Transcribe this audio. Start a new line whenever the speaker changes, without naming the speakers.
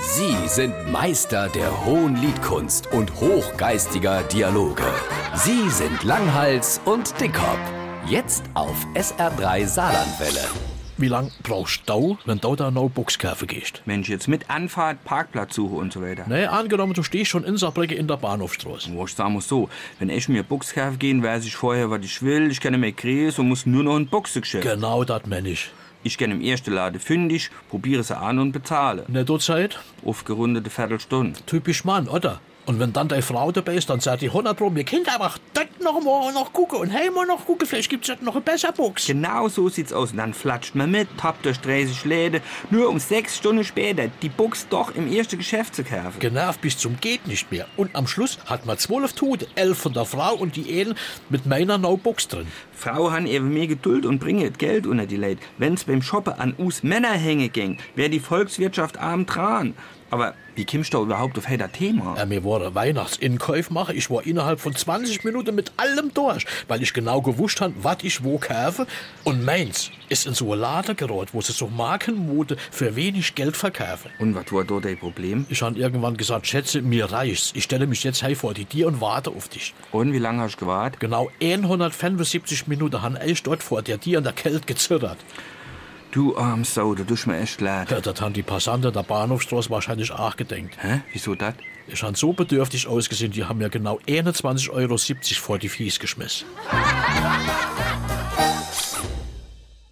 Sie sind Meister der hohen Liedkunst und hochgeistiger Dialoge. Sie sind Langhals und Dickhop. Jetzt auf SR3 Saarlandwelle.
Wie lang brauchst du, wenn du da noch Box kaufen gehst?
Mensch, jetzt mit Anfahrt, Parkplatzsuche und so weiter.
Nee, angenommen, du stehst schon in Saarbrücken in der Bahnhofstraße.
Wo ich sagen muss so, wenn ich mir Box kaufen gehen, weiß ich vorher, was ich will, ich kenne mir Kreis und muss nur noch in Boxen geschäft.
Genau das meine ich.
Ich kenne im ersten Lade fündig, probiere sie an und bezahle.
Nettozeit?
Aufgerundete Viertelstunde.
Ne, Typisch Mann, oder? Und wenn dann deine Frau dabei ist, dann sagt die 100 Pro, wir Kinder macht das noch morgen noch gucken und hey, morgen noch gucken, vielleicht gibt's dort noch eine bessere Box.
Genau so sieht's aus. Und dann flatscht man mit, tappt durch 30 Läden, nur um sechs Stunden später die Box doch im ersten Geschäft zu kaufen.
Genervt bis zum geht nicht mehr. Und am Schluss hat man zwölf Tote, elf von der Frau und die einen mit meiner No-Box drin.
Frau han eben mehr Geduld und bringet Geld unter die Leute. Wenn's beim Shoppen an us Männer hänge ging, wär die Volkswirtschaft arm dran. Aber wie kommst du überhaupt auf das Thema?
Ja, Äh, mir war Weihnachtsinnkäuf machen. Ich war innerhalb von 20 Minuten mit allem durch, weil ich genau gewusst habe, was ich wo kaufe. Und meins ist in so eine Lade geraten, wo sie so Markenmode für wenig Geld verkaufen.
Und was war da dein Problem?
Ich habe irgendwann gesagt, Schätze, mir reicht's. Ich stelle mich jetzt hier vor die Tür und warte auf dich.
Und wie lange hast du gewartet?
Genau 175 Minuten haben ich dort vor der Tür in der Kälte gezerrt.
Du arm Sau, da tust mir echt leid.
Ja, das haben die Passanten der Bahnhofstraße wahrscheinlich auch gedenkt.
Hä? Wieso das?
Ich habe so bedürftig ausgesehen, die haben mir genau 21,70 Euro vor die Fies geschmissen.